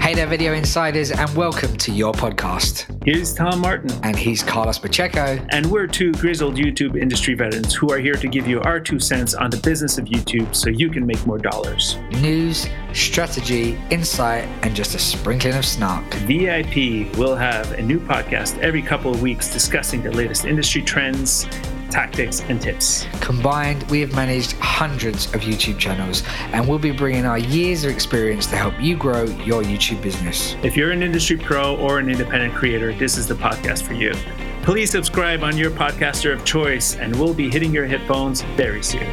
Hey there, video insiders, and welcome to your podcast. Here's Tom Martin, And he's Carlos Pacheco. and we're two grizzled YouTube industry veterans who are here to give you our two cents on the business of YouTube so you can make more dollars. News, strategy, insight, and just a sprinkling of snark. VIP will have a new podcast every couple of weeks discussing the latest industry trends, tactics, and tips. Combined, we have managed hundreds of YouTube channels, and we'll be bringing our years of experience to help you grow your YouTube business. If you're an industry pro or an independent creator, this is the podcast for you. Please subscribe on your podcaster of choice, and we'll be hitting your headphones very soon.